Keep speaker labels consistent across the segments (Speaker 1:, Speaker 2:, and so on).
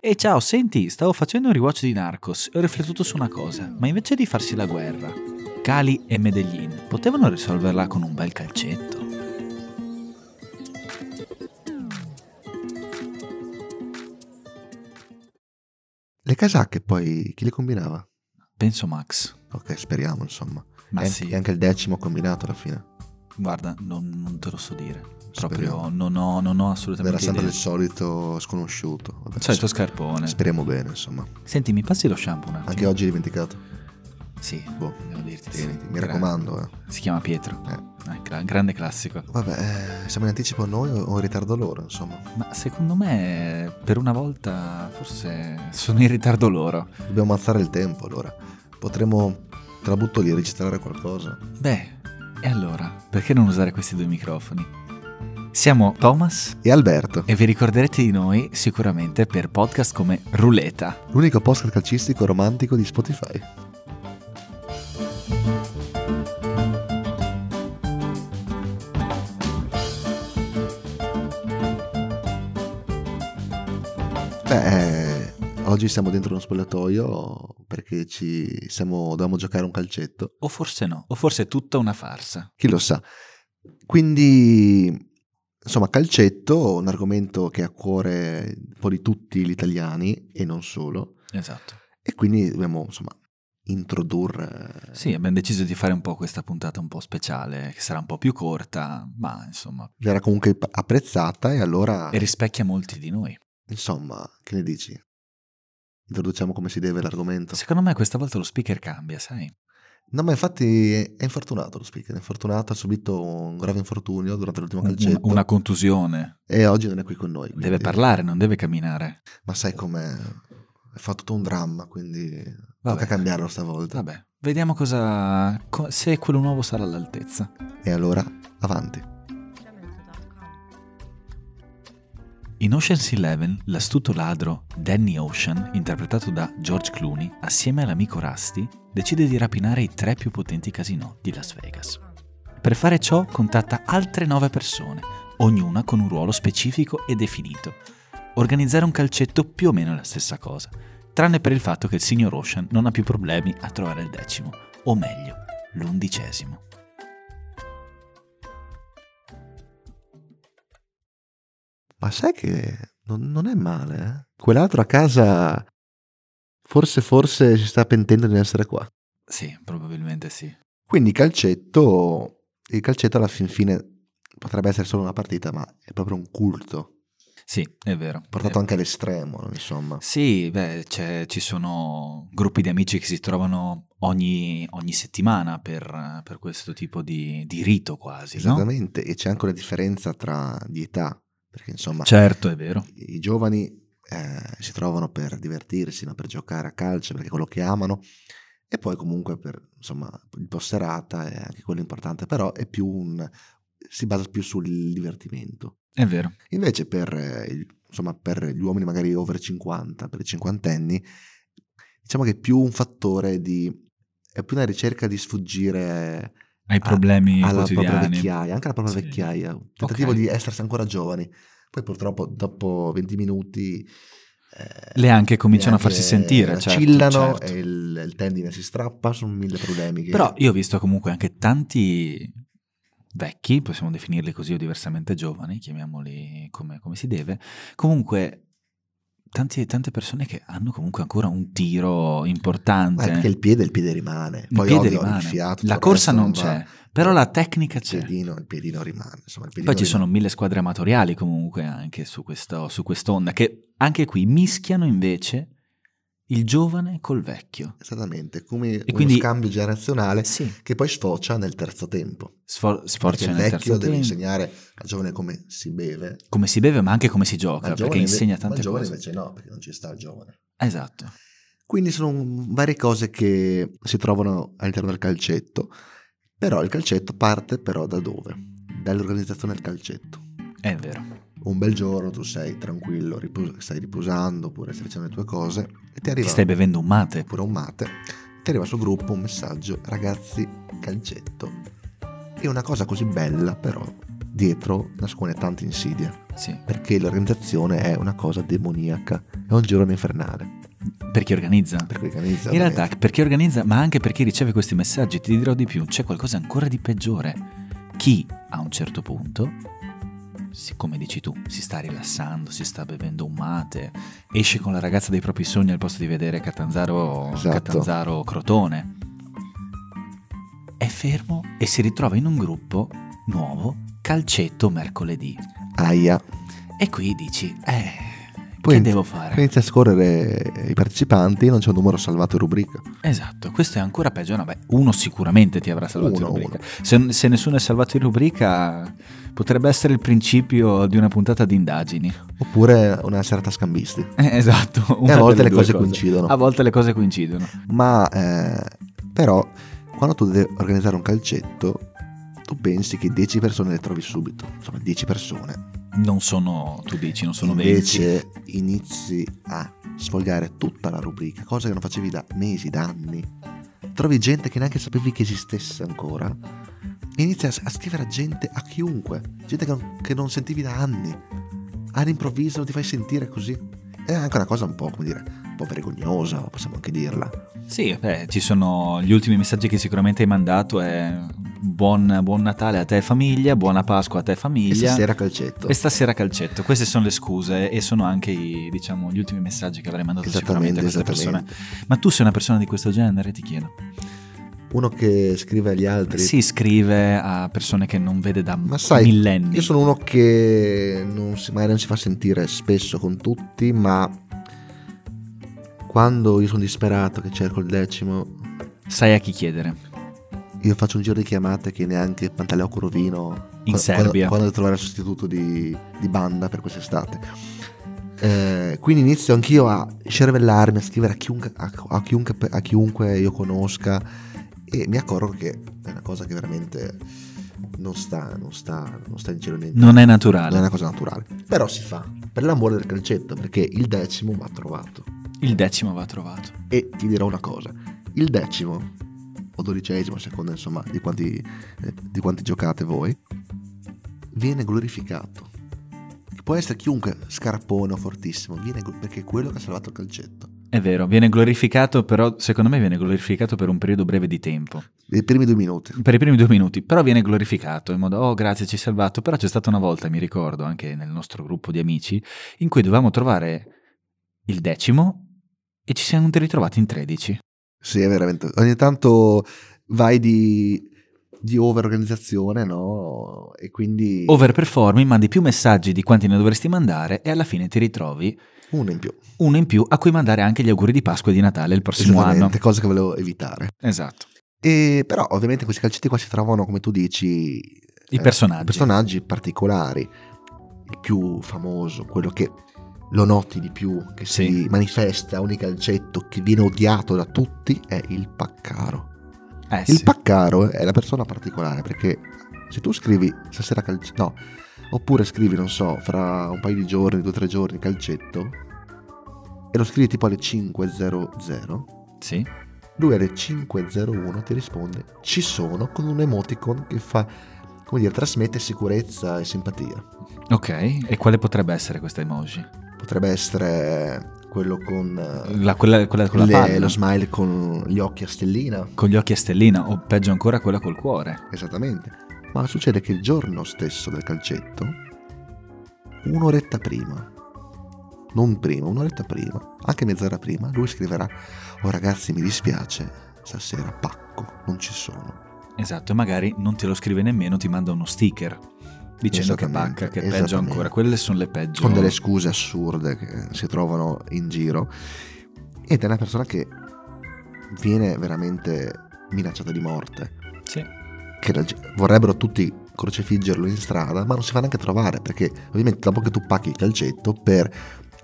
Speaker 1: E ciao, senti, stavo facendo un rewatch di Narcos e ho riflettuto su una cosa, ma invece di farsi la guerra, Cali e Medellin potevano risolverla con un bel calcetto.
Speaker 2: Le casacche poi chi le combinava?
Speaker 1: Penso Max.
Speaker 2: Ok, speriamo insomma.
Speaker 1: Ma
Speaker 2: e anche-
Speaker 1: sì,
Speaker 2: e anche il decimo combinato alla fine.
Speaker 1: guarda, non, non te lo so dire. Proprio
Speaker 2: Speriamo.
Speaker 1: non ho, non ho
Speaker 2: Verrà
Speaker 1: assolutamente
Speaker 2: sempre
Speaker 1: idea.
Speaker 2: il solito sconosciuto. Vabbè,
Speaker 1: Solito
Speaker 2: sp-
Speaker 1: scarpone.
Speaker 2: Speriamo bene, insomma. Anche
Speaker 1: Senti, mi passi lo shampoo un attimo?
Speaker 2: oggi è dimenticato.
Speaker 1: Sì,
Speaker 2: Boh,
Speaker 1: devo dirti. sì.
Speaker 2: tieniti, mi
Speaker 1: Gra-
Speaker 2: raccomando. eh.
Speaker 1: Si chiama Pietro.
Speaker 2: Eh.
Speaker 1: Eh, gra- grande classico.
Speaker 2: Vabbè, eh, siamo in anticipo noi o o in ritardo loro, insomma.
Speaker 1: Ma secondo me, per una volta, forse sono in ritardo loro.
Speaker 2: Dobbiamo ammazzare il tempo, allora. Potremmo, te la butto lì, registrare qualcosa.
Speaker 1: Beh, e allora, perché non usare questi due microfoni? Siamo Thomas
Speaker 2: E Alberto,
Speaker 1: e vi ricorderete di noi sicuramente per podcast come Ruleta.
Speaker 2: l'unico podcast calcistico romantico di Spotify. Beh, eh, oggi siamo dentro uno spogliatoio perché ci siamo, dovevamo giocare un calcetto.
Speaker 1: O forse no, o forse è tutta una farsa.
Speaker 2: chi lo sa. Quindi, insomma, calcetto, un argomento che è a cuore un po' di tutti gli italiani e non solo,
Speaker 1: Esatto.
Speaker 2: e quindi dobbiamo, insomma, introdurre...
Speaker 1: Sì, abbiamo deciso di fare un po' questa puntata un po' speciale, che sarà un po' più corta, ma insomma,
Speaker 2: Verrà comunque apprezzata e allora,
Speaker 1: e rispecchia molti di noi.
Speaker 2: insomma, che ne dici? Introduciamo come si deve l'argomento.
Speaker 1: Secondo me questa volta lo speaker cambia, sai?
Speaker 2: No, ma infatti è è infortunato lo speaker, è infortunato, ha subito un grave infortunio durante l'ultimo
Speaker 1: Un-
Speaker 2: calcetto
Speaker 1: una contusione.
Speaker 2: e oggi non è qui con noi.
Speaker 1: Deve
Speaker 2: quindi-
Speaker 1: parlare, non deve camminare.
Speaker 2: Ma sai com'è? Fa tutto un dramma, quindi
Speaker 1: Vabbè.
Speaker 2: tocca cambiarlo stavolta.
Speaker 1: Vabbè, vediamo cosa... co- se quello nuovo sarà all'altezza.
Speaker 2: E allora, avanti.
Speaker 1: In Ocean's Eleven, l'astuto ladro Danny Ocean, interpretato da George Clooney, assieme all'amico Rusty, decide di rapinare i tre più potenti casinò di Las Vegas. Per fare ciò contatta altre nove persone, ognuna con un ruolo specifico e definito. Organizzare un calcetto più o meno è la stessa cosa, tranne per il fatto che il signor Ocean non ha più problemi a trovare il decimo, o meglio, l'undicesimo.
Speaker 2: Ma sai che non, non è male, eh? Quell'altro a casa forse forse si sta pentendo di non essere qua.
Speaker 1: Sì, probabilmente sì.
Speaker 2: Quindi calcetto, il calcetto alla fin fine potrebbe essere solo una partita, ma è proprio un culto,
Speaker 1: Sì, è vero.
Speaker 2: portato anche all'estremo, no? insomma.
Speaker 1: Eh. Sì, beh, c'è- ci sono gruppi di amici che si trovano ogni, ogni settimana per, per questo tipo di, di rito quasi, no?
Speaker 2: Esattamente, e c'è anche una differenza tra di età, perché insomma
Speaker 1: Certo, è vero.
Speaker 2: i i giovani eh, si trovano per divertirsi, no? per giocare a calcio, perché è quello che amano, e poi comunque per insomma il posterata è anche quello importante, però è più un, si basa più sul divertimento.
Speaker 1: È vero.
Speaker 2: Invece per, eh, il- insomma, per gli uomini magari over 50, per i cinquantenni, diciamo che è più un fattore di... è più una ricerca di sfuggire
Speaker 1: Hai problemi
Speaker 2: alla propria
Speaker 1: quotidiani.
Speaker 2: vecchiaia, anche alla propria
Speaker 1: Sì.
Speaker 2: vecchiaia, un tentativo
Speaker 1: Ok.
Speaker 2: di essersi ancora giovani. Poi purtroppo dopo 20 minuti eh,
Speaker 1: Le anche cominciano a
Speaker 2: neanche
Speaker 1: farsi sentire, certo,
Speaker 2: vacillano
Speaker 1: certo.
Speaker 2: e il, il tendine si strappa, sono mille problemi. Che... eh,
Speaker 1: Però io ho visto comunque anche tanti vecchi, possiamo definirli così o diversamente giovani, chiamiamoli come, come si deve, comunque tanti- tante persone che hanno comunque ancora un tiro
Speaker 2: Ma
Speaker 1: importante.
Speaker 2: è perché il piede, il piede rimane.
Speaker 1: eh, Il
Speaker 2: Poi
Speaker 1: piede
Speaker 2: ovvio, il
Speaker 1: rimane.
Speaker 2: fiato, tutto
Speaker 1: la
Speaker 2: il
Speaker 1: corsa
Speaker 2: resto
Speaker 1: non
Speaker 2: va.
Speaker 1: c'è, però la tecnica
Speaker 2: Il
Speaker 1: c'è.
Speaker 2: piedino, il piedino rimane. Insomma, il piedino
Speaker 1: Poi ci
Speaker 2: rimane.
Speaker 1: sono mille squadre amatoriali comunque anche su, questo, su quest'onda, che anche qui mischiano invece il giovane col vecchio.
Speaker 2: Esattamente, come uno
Speaker 1: quindi-
Speaker 2: scambio generazionale
Speaker 1: Sì,
Speaker 2: che poi sfocia nel terzo tempo.
Speaker 1: sfor-
Speaker 2: Eh Perché
Speaker 1: sforza
Speaker 2: il
Speaker 1: nel
Speaker 2: vecchio
Speaker 1: terzo
Speaker 2: deve
Speaker 1: tempo.
Speaker 2: insegnare al giovane come si beve,
Speaker 1: Come si beve ma anche come si
Speaker 2: ma
Speaker 1: gioca,
Speaker 2: il
Speaker 1: perché
Speaker 2: giovane inve-
Speaker 1: insegna
Speaker 2: ma il
Speaker 1: tante
Speaker 2: giovane
Speaker 1: cose.
Speaker 2: invece no, perché non ci sta il giovane.
Speaker 1: Esatto.
Speaker 2: Quindi sono varie cose che si trovano all'interno del calcetto, però il calcetto parte però da dove? Dall'organizzazione del calcetto.
Speaker 1: È vero.
Speaker 2: Un bel giorno tu sei tranquillo, ripos- stai riposando oppure stai facendo le tue cose e ti
Speaker 1: Ti
Speaker 2: arriva
Speaker 1: stai bevendo un mate.
Speaker 2: oppure un mate, ti arriva sul gruppo un messaggio ragazzi calcetto. È una cosa così bella però dietro nascone tante insidie,
Speaker 1: Sì.
Speaker 2: perché l'organizzazione è una cosa demoniaca, è un girone infernale,
Speaker 1: Per chi organizza?
Speaker 2: per cui organizza...
Speaker 1: In realtà, per chi organizza, ma anche per chi riceve questi messaggi, ti dirò di più, c'è qualcosa ancora di peggiore. Chi a un certo punto, siccome dici tu, si sta rilassando, si sta bevendo un mate, esce con la ragazza dei propri sogni al posto di vedere Catanzaro,
Speaker 2: Esatto.
Speaker 1: Catanzaro Crotone, è fermo e si ritrova in un gruppo nuovo, calcetto mercoledì.
Speaker 2: Aia.
Speaker 1: E qui dici, eh,
Speaker 2: Poi
Speaker 1: che
Speaker 2: int-
Speaker 1: devo fare?
Speaker 2: Inizia a scorrere i partecipanti, non c'è un numero salvato in rubrica.
Speaker 1: Esatto, questo è ancora peggio. No, beh, uno sicuramente ti avrà salvato
Speaker 2: Uno,
Speaker 1: in rubrica. Se, se nessuno è salvato in rubrica, potrebbe essere il principio di una puntata di indagini.
Speaker 2: Oppure una serata scambisti.
Speaker 1: Eh, esatto.
Speaker 2: E
Speaker 1: una
Speaker 2: a volte
Speaker 1: delle
Speaker 2: le
Speaker 1: due Ah.
Speaker 2: cose coincidono.
Speaker 1: A volte le cose coincidono.
Speaker 2: Ma eh, però quando tu devi organizzare un calcetto, tu pensi che 10 persone le trovi subito. Insomma, 10 persone.
Speaker 1: Non sono, tu dici, non sono venti.
Speaker 2: Invece inizi a sfogliare tutta la rubrica, cosa che non facevi da mesi, da anni. Trovi gente che neanche sapevi che esistesse ancora. Inizi a, a scrivere a gente, a chiunque, gente che non, che non sentivi da anni. All'improvviso ti fai sentire così. È anche una cosa un po', come dire, un po' vergognosa, possiamo anche dirla.
Speaker 1: Sì, beh, ci sono gli ultimi messaggi che sicuramente hai mandato. È buon, buon Natale a te e famiglia, buona Pasqua a te e
Speaker 2: E
Speaker 1: famiglia.
Speaker 2: stasera calcetto.
Speaker 1: E stasera calcetto, queste sono le scuse e sono anche i, diciamo, gli ultimi messaggi che avrei mandato sicuramente a queste persone. Ma tu sei una persona di questo genere, ti chiedo.
Speaker 2: Uno che scrive agli altri.
Speaker 1: Si iscrive a persone che non vede da
Speaker 2: Ma sai,
Speaker 1: millenni.
Speaker 2: Io sono uno che non si, magari non si fa sentire spesso con tutti, ma quando io sono disperato che cerco il decimo,
Speaker 1: Sai a chi chiedere.
Speaker 2: io faccio un giro di chiamate che neanche Pantaleo Corovino
Speaker 1: In
Speaker 2: qua-
Speaker 1: Serbia.
Speaker 2: Quando, quando devo trovare il sostituto di, di banda per quest'estate. Eh, quindi inizio anch'io a cervellarmi, a scrivere a chiunque, a- a chiunque- a chiunque io conosca e mi accorgo che è una cosa che veramente non sta, non sta, non sta in giro niente.
Speaker 1: Non è
Speaker 2: Non è
Speaker 1: naturale.
Speaker 2: una cosa naturale, però si fa per l'amore del calcetto, perché il decimo va trovato.
Speaker 1: Il decimo va trovato.
Speaker 2: E ti dirò una cosa: il decimo o dodicesimo, a seconda insomma di quanti, eh, di quanti giocate voi, viene glorificato. Che Può essere chiunque, scarpone o fortissimo, viene gl- perché è quello che ha salvato il calcetto.
Speaker 1: È vero, viene glorificato, però secondo me viene glorificato per un periodo breve di tempo.
Speaker 2: Nei primi due minuti.
Speaker 1: Per i primi due minuti, però viene glorificato in modo, oh grazie, ci hai salvato. Però c'è stata una volta, mi ricordo, anche nel nostro gruppo di amici, in cui dovevamo trovare il decimo e ci siamo ritrovati in 13.
Speaker 2: Sì, è veramente. Ogni tanto vai di, di over-organizzazione, no? E quindi
Speaker 1: Oh. Overperformi, mandi più messaggi di quanti ne dovresti mandare e alla fine ti ritrovi
Speaker 2: uno in più.
Speaker 1: uno in più a cui mandare anche gli auguri di Pasqua e di Natale il prossimo anno.
Speaker 2: Esattamente, cosa che volevo evitare.
Speaker 1: Esatto.
Speaker 2: E però ovviamente questi calcetti qua si trovano, come tu dici,
Speaker 1: I
Speaker 2: eh,
Speaker 1: personaggi.
Speaker 2: personaggi particolari. Il più famoso, quello che lo noti di più, che
Speaker 1: Sì.
Speaker 2: si manifesta a ogni calcetto, che viene odiato da tutti, è il paccaro.
Speaker 1: Eh,
Speaker 2: Il
Speaker 1: sì.
Speaker 2: paccaro è la persona particolare perché se tu scrivi stasera calcetto, no, oppure scrivi, non so, fra un paio di giorni, due o tre giorni calcetto, e lo scrivi tipo alle 5.00,
Speaker 1: Sì.
Speaker 2: lui alle 5.01 ti risponde ci sono con un emoticon che fa, come dire, trasmette sicurezza e simpatia.
Speaker 1: Ok, e quale potrebbe essere questa emoji?
Speaker 2: Potrebbe essere quello con eh,
Speaker 1: La- quella, quella con la
Speaker 2: le-
Speaker 1: palla,
Speaker 2: lo smile con gli occhi a stellina,
Speaker 1: con gli occhi a stellina, o peggio ancora quella col cuore.
Speaker 2: esattamente. Ma succede che il giorno stesso del calcetto, un'oretta prima, non prima, un'oretta prima, anche mezz'ora prima, lui scriverà, oh ragazzi mi dispiace, stasera pacco, non ci sono.
Speaker 1: Esatto, e magari non te lo scrive nemmeno, ti manda uno sticker dicendo che
Speaker 2: Esattamente,
Speaker 1: pacca, che è peggio
Speaker 2: esattamente.
Speaker 1: ancora. Quelle sono le peggio.
Speaker 2: con delle scuse assurde che si trovano in giro ed è una persona che viene veramente minacciata di morte
Speaker 1: Sì.
Speaker 2: che la ge- vorrebbero tutti crocifiggerlo in strada ma non si fa neanche trovare perché ovviamente dopo che tu pacchi il calcetto per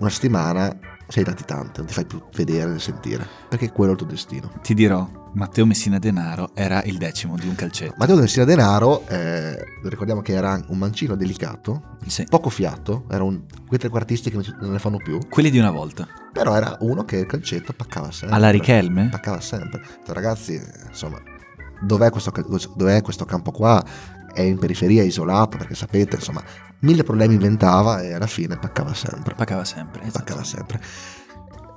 Speaker 2: una settimana sei latitante non ti fai più vedere né sentire perché quello è il tuo destino
Speaker 1: Ti dirò, Matteo Messina Denaro era il decimo di un calcetto.
Speaker 2: Matteo Densina Denaro eh, ricordiamo che era un mancino delicato
Speaker 1: Sì.
Speaker 2: poco fiato era un quei trequartisti che non ci- non ne fanno più
Speaker 1: Quelli di una volta.
Speaker 2: Però era uno che il calcetto paccava sempre. Cioè,
Speaker 1: Alla Richelme?
Speaker 2: Paccava sempre. Ho detto, Ragazzi, insomma, dov'è questo, cal- dov'è questo campo qua? è in periferia, è isolato, perché sapete, insomma, mille problemi inventava e alla fine paccava sempre.
Speaker 1: Pacava sempre. esatto.
Speaker 2: Paccava sempre.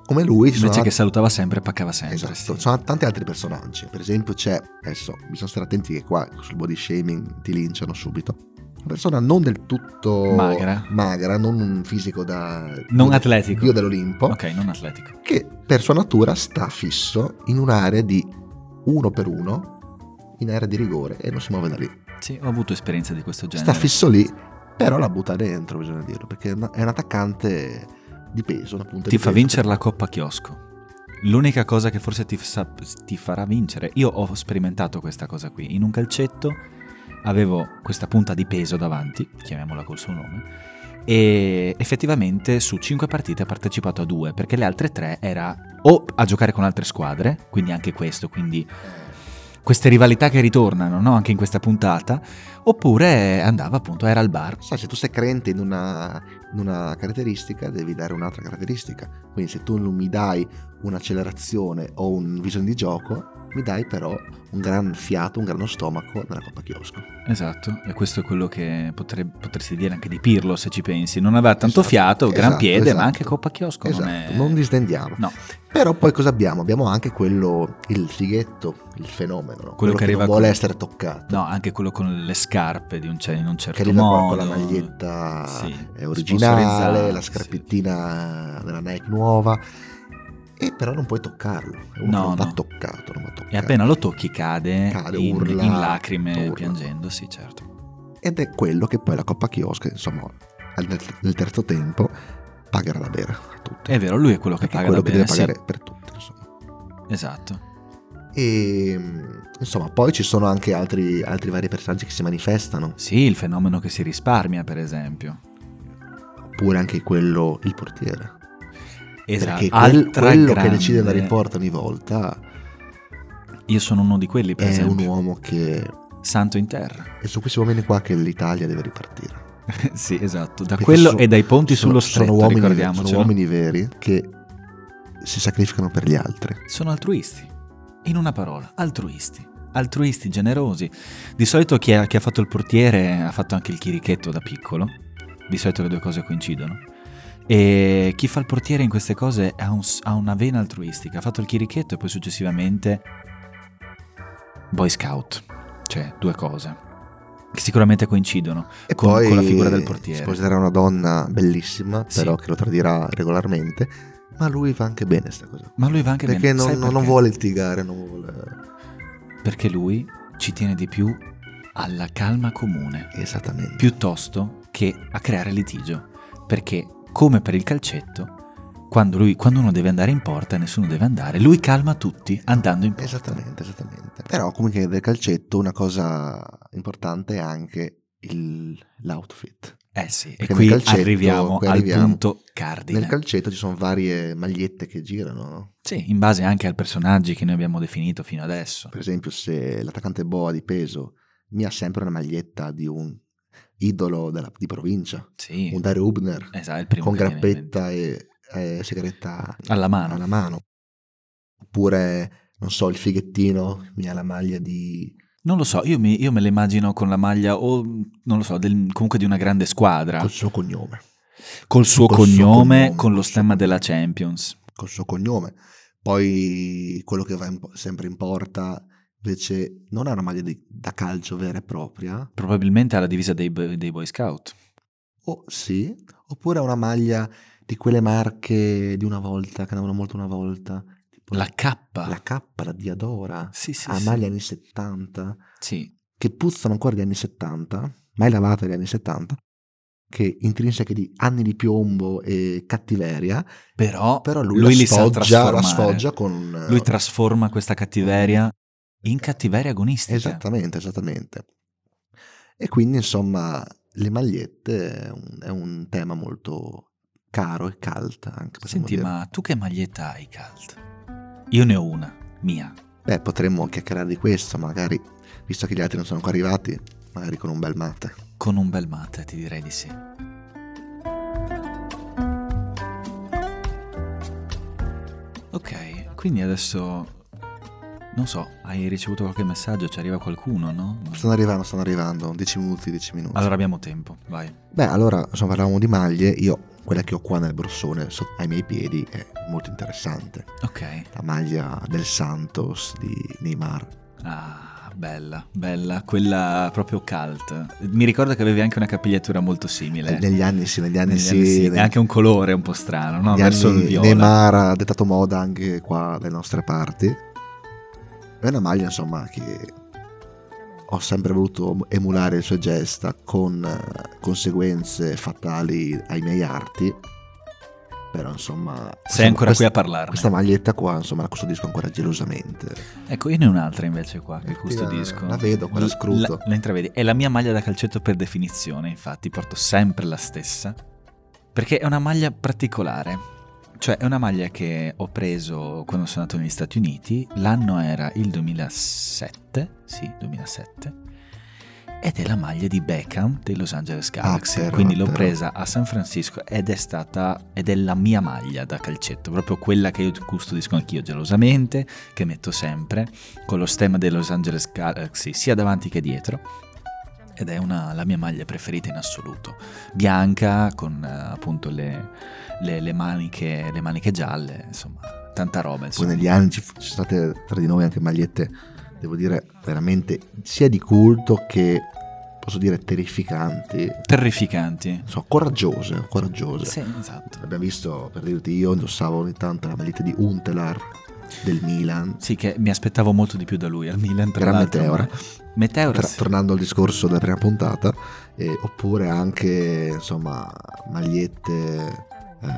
Speaker 2: Come lui ci sono
Speaker 1: Invece che
Speaker 2: altri-
Speaker 1: salutava sempre, paccava sempre.
Speaker 2: Esatto,
Speaker 1: sì.
Speaker 2: ci sono tanti altri personaggi. Per esempio, c'è adesso bisogna stare attenti che qua sul body shaming ti linciano subito. Una persona non del tutto
Speaker 1: Magra.
Speaker 2: magra, non un fisico da
Speaker 1: Non
Speaker 2: dio-
Speaker 1: atletico.
Speaker 2: Dio dell'Olimpo,
Speaker 1: Ok, non atletico.
Speaker 2: che per sua natura sta fisso in un'area di uno per uno, in area di rigore, e non si muove da lì.
Speaker 1: Sì, ho avuto esperienze di questo genere.
Speaker 2: Sta fisso lì, però la butta dentro, bisogna dirlo, perché è una- è un attaccante di peso, una
Speaker 1: Ti
Speaker 2: punta di
Speaker 1: fa
Speaker 2: peso.
Speaker 1: vincere la Coppa Chiosco. L'unica cosa che forse ti, sa- ti farà vincere, io ho sperimentato questa cosa qui. In un calcetto avevo questa punta di peso davanti, chiamiamola col suo nome, e effettivamente su 5 partite ha partecipato a 2, perché le altre 3 era o a giocare con altre squadre, quindi anche questo, quindi queste rivalità che ritornano no? anche in questa puntata, oppure andava appunto, era al bar.
Speaker 2: Sai, se tu sei crente in una, in una caratteristica, devi dare un'altra caratteristica. Quindi se tu non mi dai un'accelerazione o un vision di gioco, mi dai però un gran fiato, un grano stomaco nella Coppa Chiosco.
Speaker 1: Esatto, e questo è quello che potre- potresti dire anche di Pirlo se ci pensi. Non aveva tanto
Speaker 2: Esatto,
Speaker 1: fiato, gran
Speaker 2: esatto,
Speaker 1: piede,
Speaker 2: esatto.
Speaker 1: ma anche Coppa Chiosco.
Speaker 2: esatto,
Speaker 1: non
Speaker 2: non,
Speaker 1: è-
Speaker 2: disdendiamo.
Speaker 1: No.
Speaker 2: Però poi cosa abbiamo? Abbiamo anche quello, il fighetto, il fenomeno, no? quello,
Speaker 1: che
Speaker 2: che,
Speaker 1: arriva
Speaker 2: non vuole
Speaker 1: con-
Speaker 2: essere toccato.
Speaker 1: No, anche quello con le scarpe di un, ce- in un certo
Speaker 2: Che arriva qua
Speaker 1: modo.
Speaker 2: con la maglietta
Speaker 1: Sì,
Speaker 2: eh, originale,
Speaker 1: sponsorizzata,
Speaker 2: la
Speaker 1: sì.
Speaker 2: scarpettina della Nike nuova, e però non puoi toccarlo. È
Speaker 1: No,
Speaker 2: uno che non
Speaker 1: no.
Speaker 2: va toccato, non va toccato.
Speaker 1: E appena lo tocchi cade,
Speaker 2: Cade,
Speaker 1: in,
Speaker 2: urla,
Speaker 1: in lacrime,
Speaker 2: urla.
Speaker 1: piangendo, sì certo.
Speaker 2: Ed è quello che poi la Coppa Chiosca, insomma, al- nel, nel terzo tempo pagherà la bere a tutti.
Speaker 1: È vero, lui è quello che
Speaker 2: Perché
Speaker 1: paga
Speaker 2: è quello
Speaker 1: la bene,
Speaker 2: che deve
Speaker 1: sì,
Speaker 2: pagare per tutti, insomma.
Speaker 1: esatto.
Speaker 2: E mm, insomma, poi ci sono anche altri, altri vari personaggi che si manifestano,
Speaker 1: Sì, il fenomeno che si risparmia, per esempio.
Speaker 2: oppure anche quello, il portiere.
Speaker 1: Esatto.
Speaker 2: Perché quel-
Speaker 1: Altra
Speaker 2: quello che
Speaker 1: grande-
Speaker 2: decide di andare in porta ogni volta
Speaker 1: Io sono uno di quelli, per
Speaker 2: è
Speaker 1: esempio.
Speaker 2: un uomo che
Speaker 1: Santo in terra.
Speaker 2: E su questi uomini qua che l'Italia deve ripartire.
Speaker 1: sì, esatto. Da
Speaker 2: Perché
Speaker 1: quello
Speaker 2: so-
Speaker 1: e dai ponti sullo
Speaker 2: Sono-
Speaker 1: stretto,
Speaker 2: sono uomini,
Speaker 1: ricordiamocelo.
Speaker 2: sono uomini veri che si sacrificano per gli altri.
Speaker 1: sono altruisti. In una parola, altruisti. Altruisti, generosi. Di solito chi, ha- chi ha fatto il portiere ha fatto anche il chirichetto da piccolo. Di solito le due cose coincidono. E chi fa il portiere in queste cose ha, un s- ha una vena altruistica. Ha fatto il chirichetto e poi successivamente Boy Scout. Cioè, due cose. Che sicuramente coincidono.
Speaker 2: E
Speaker 1: Con-
Speaker 2: poi
Speaker 1: con la figura del portiere.
Speaker 2: sposerà una donna bellissima,
Speaker 1: Sì.
Speaker 2: però che lo tradirà regolarmente. Ma lui fa anche bene sta cosa.
Speaker 1: Ma lui va anche
Speaker 2: Perché,
Speaker 1: bene.
Speaker 2: non,
Speaker 1: sai
Speaker 2: non- non vuole litigare, non vuole...
Speaker 1: Perché lui ci tiene di più alla calma comune.
Speaker 2: Esattamente.
Speaker 1: piuttosto che a creare litigio, perché come per il calcetto, quando, lui- quando uno deve andare in porta nessuno deve andare, lui calma tutti andando in porta.
Speaker 2: Esattamente, esattamente. Però comunque del calcetto una cosa importante è anche il- l'outfit.
Speaker 1: Eh sì, e
Speaker 2: Perché
Speaker 1: qui
Speaker 2: nel calcetto-
Speaker 1: arriviamo
Speaker 2: qui
Speaker 1: al
Speaker 2: arriviamo.
Speaker 1: punto cardine.
Speaker 2: Nel calcetto ci sono varie magliette che girano, no?
Speaker 1: sì, in base anche al personaggio che noi abbiamo definito fino adesso.
Speaker 2: Per esempio, se l'attaccante boa di peso mi ha sempre una maglietta di un idolo della- di provincia,
Speaker 1: Sì,
Speaker 2: un Dario Hubner,
Speaker 1: esatto, è il primo
Speaker 2: con
Speaker 1: che viene in
Speaker 2: grappetta e, e sigaretta
Speaker 1: mente. alla mano.
Speaker 2: alla mano. Oppure, non so, il fighettino mi ha la maglia di...
Speaker 1: Non lo so, io, mi- io me le immagino con la maglia o non lo so, del- comunque di una grande squadra,
Speaker 2: col
Speaker 1: col,
Speaker 2: suo cognome.
Speaker 1: suo,
Speaker 2: col suo
Speaker 1: cognome,
Speaker 2: cognome,
Speaker 1: con lo
Speaker 2: col suo
Speaker 1: stemma della
Speaker 2: cognome.
Speaker 1: Champions.
Speaker 2: Col suo cognome. Poi quello che va in po- sempre in porta invece non ha una maglia di- da calcio vera e propria,
Speaker 1: Probabilmente alla divisa dei, bo- dei Boy Scout.
Speaker 2: o sì, oppure ha una maglia di quelle marche di una volta, che andavano molto una volta, tipo
Speaker 1: La K.
Speaker 2: la K, la Diadora,
Speaker 1: Sì, sì,
Speaker 2: a
Speaker 1: sì.
Speaker 2: maglie anni 70,
Speaker 1: Sì.
Speaker 2: che puzzano ancora di anni 70, mai lavate dagli anni 70, che intrinseche di anni di piombo e cattiveria,
Speaker 1: Però,
Speaker 2: però lui,
Speaker 1: li
Speaker 2: la,
Speaker 1: sa
Speaker 2: sfoggia, la
Speaker 1: trasformare.
Speaker 2: sfoggia con... eh,
Speaker 1: Lui trasforma questa cattiveria in cattiveria agonistica.
Speaker 2: Esattamente, esattamente. E quindi, insomma, le magliette è un, è un tema molto caro e cult anche. possiamo
Speaker 1: Senti,
Speaker 2: dire.
Speaker 1: ma tu che maglietta hai, Cult? Io ne ho una, mia.
Speaker 2: Beh, potremmo chiacchierare di questo, magari, visto che gli altri non sono ancora arrivati, magari con un bel mate.
Speaker 1: Con un bel mate, ti direi di sì. Ok, quindi adesso Non so, hai ricevuto qualche messaggio? Ci arriva qualcuno, no? No.
Speaker 2: Stanno arrivando, stanno arrivando, 10 minuti, 10 minuti.
Speaker 1: Allora abbiamo tempo, vai.
Speaker 2: Beh, allora, insomma, parlavamo di maglie, io quella che ho qua nel borsone so- ai miei piedi è molto interessante.
Speaker 1: Ok.
Speaker 2: La maglia del Santos di Neymar.
Speaker 1: Ah, bella, bella, quella proprio cult. Mi ricordo che avevi anche una capigliatura molto simile.
Speaker 2: Eh, negli anni sì, negli anni
Speaker 1: Negli
Speaker 2: sì.
Speaker 1: anni sì,
Speaker 2: negli-
Speaker 1: e anche un colore un po' strano, no?
Speaker 2: negli
Speaker 1: Ah, Verso
Speaker 2: anni
Speaker 1: il viola.
Speaker 2: Neymar ha dettato moda anche qua dalle nostre parti. È una maglia, insomma, che ho sempre voluto emulare le sue gesta con eh, conseguenze fatali ai miei arti. Però, insomma, questa-
Speaker 1: Sei ancora qui
Speaker 2: questa-
Speaker 1: a parlarne.
Speaker 2: Questa maglietta qua, insomma, la custodisco ancora gelosamente.
Speaker 1: Ecco, io ne ho un'altra invece qua che
Speaker 2: Ti-
Speaker 1: custodisco.
Speaker 2: la vedo, quella
Speaker 1: L-
Speaker 2: scruto.
Speaker 1: La, la intravedi. È la mia maglia da calcetto per definizione, infatti, porto sempre la stessa. Perché è una maglia particolare. Cioè, è una maglia che ho preso quando sono andato negli Stati Uniti. L'anno era il 2007, sì, 2007. Ed è la maglia di Beckham dei Los Angeles Galaxy.
Speaker 2: Ah, però,
Speaker 1: Quindi l'ho
Speaker 2: però.
Speaker 1: presa a San Francisco ed è stata ed è la mia maglia da calcetto, proprio quella che io custodisco anch'io gelosamente, che metto sempre con lo stemma dei Los Angeles Galaxy sia davanti che dietro ed è una, la mia maglia preferita in assoluto bianca con eh, appunto le, le- le maniche, le maniche gialle insomma tanta roba
Speaker 2: Poi
Speaker 1: insomma.
Speaker 2: negli anni ci sono state tra di noi anche magliette, devo dire, veramente sia di culto che posso dire terrificanti.
Speaker 1: terrificanti
Speaker 2: Insomma, coraggiose, coraggiose.
Speaker 1: sì esatto
Speaker 2: Abbiamo visto, per dirti, io indossavo ogni tanto la maglietta di Untelar del Milan.
Speaker 1: sì che mi aspettavo molto di più da lui al Milan tra
Speaker 2: Gran
Speaker 1: l'altro
Speaker 2: meteora.
Speaker 1: meteora
Speaker 2: Tra-
Speaker 1: sì.
Speaker 2: tornando al discorso della prima puntata, eh, oppure anche insomma magliette eh,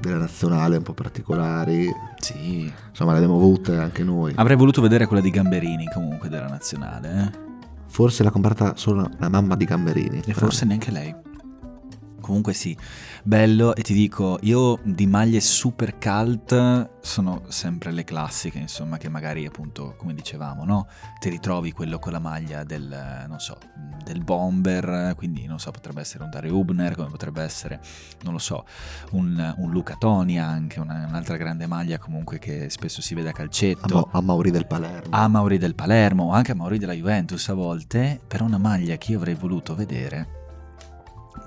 Speaker 2: della nazionale un po' particolari,
Speaker 1: Sì.
Speaker 2: insomma le abbiamo avute anche noi.
Speaker 1: avrei voluto vedere quella di Gamberini comunque della nazionale eh.
Speaker 2: Forse l'ha comprata solo la mamma di Gamberini. eh,
Speaker 1: E forse neanche lei. Comunque sì, bello e ti dico, io di maglie super cult sono sempre le classiche, insomma, che magari appunto, come dicevamo, no? Ti ritrovi quello con la maglia del, eh, non so, del bomber, quindi non so, potrebbe essere un Dario Hubner, come potrebbe essere, non lo so, un, un Luca Toni anche, una- un'altra grande maglia comunque che spesso si vede a
Speaker 2: a,
Speaker 1: calcetto
Speaker 2: Mau- a Mauri del Palermo.
Speaker 1: a Mauri del Palermo o anche a Mauri della Juventus a volte per una maglia che io avrei voluto vedere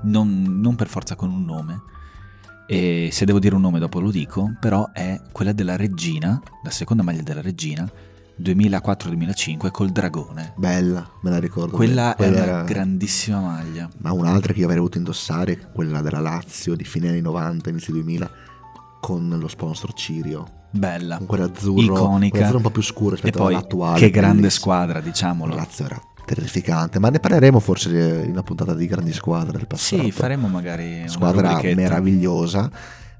Speaker 1: non, non per forza con un nome e se devo dire un nome dopo lo dico però è quella della regina la seconda maglia della regina 2004-2005 col dragone
Speaker 2: Bella, me la ricordo.
Speaker 1: quella,
Speaker 2: bene.
Speaker 1: è una
Speaker 2: era-
Speaker 1: grandissima maglia
Speaker 2: Ma un'altra che io avrei voluto indossare, quella della Lazio di fine anni 90, inizio 2000, con lo sponsor Cirio.
Speaker 1: bella
Speaker 2: Con quell'azzurro,
Speaker 1: Iconica.
Speaker 2: quell'azzurro un po' più
Speaker 1: e
Speaker 2: scuro rispetto
Speaker 1: poi
Speaker 2: all'attuale.
Speaker 1: che grande
Speaker 2: bellissimo.
Speaker 1: squadra diciamolo
Speaker 2: La Lazio era terrificante, ma ne parleremo forse in una puntata di grandi squadre del passato.
Speaker 1: sì faremo magari una
Speaker 2: squadra
Speaker 1: rubrichetta.
Speaker 2: meravigliosa,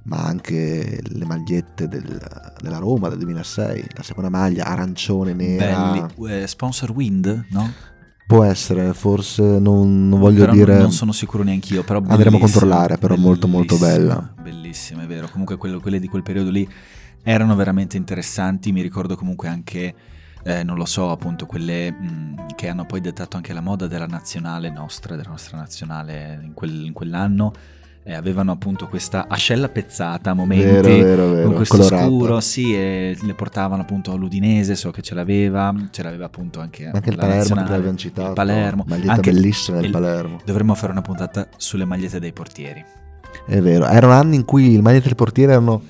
Speaker 2: ma anche le magliette del- della Roma del 2006, la seconda maglia arancione nera.
Speaker 1: Belli. Eh, sponsor Wind no?
Speaker 2: Può essere, forse non, non voglio
Speaker 1: Però non-
Speaker 2: dire.
Speaker 1: non sono sicuro neanch'io però
Speaker 2: Andremo a
Speaker 1: bellissima,
Speaker 2: controllare, però molto, molto
Speaker 1: bellissima, bellissima è vero comunque quello- quelle di quel periodo lì erano veramente interessanti mi ricordo comunque anche eh, non lo so appunto quelle mh, che hanno poi dettato anche la moda della nazionale nostra della nostra nazionale in, quel- in quell'anno eh, avevano appunto questa ascella pezzata a momenti
Speaker 2: Vero, vero, vero.
Speaker 1: con questo
Speaker 2: colorata.
Speaker 1: scuro, sì, e le portavano appunto all'Udinese, so che ce l'aveva, ce l'aveva appunto anche,
Speaker 2: Ma anche il
Speaker 1: Eh, la
Speaker 2: Palermo che
Speaker 1: nazionale,
Speaker 2: l'abbiamo citato.
Speaker 1: il Palermo,
Speaker 2: Maglietta
Speaker 1: anche
Speaker 2: bellissima del
Speaker 1: il-
Speaker 2: Palermo.
Speaker 1: Dovremmo fare una puntata sulle magliette dei portieri.
Speaker 2: È vero. Erano anni in cui le magliette del portiere erano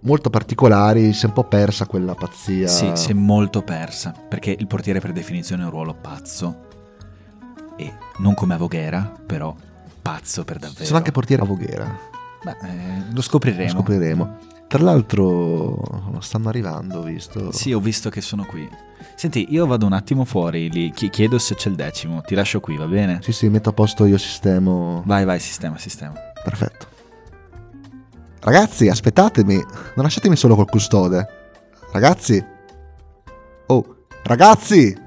Speaker 2: molto particolari. Si è un po' persa quella pazzia.
Speaker 1: Sì, si è molto persa, perché il portiere per definizione è un ruolo pazzo. E non come Avoghera, però pazzo per davvero.
Speaker 2: Sono anche portiere a Voghera.
Speaker 1: Beh, eh, lo
Speaker 2: Lo
Speaker 1: scopriremo.
Speaker 2: scopriremo. Tra l'altro, stanno arrivando, ho visto.
Speaker 1: Sì, ho visto che sono qui. Senti, io vado un attimo fuori, lì, chi- chiedo se c'è il decimo, ti lascio qui, va bene?
Speaker 2: Sì, sì, metto a posto io sistemo.
Speaker 1: Vai, vai, sistema, sistema.
Speaker 2: Perfetto. Ragazzi, aspettatemi. Non lasciatemi solo col custode. Ragazzi. Oh, ragazzi!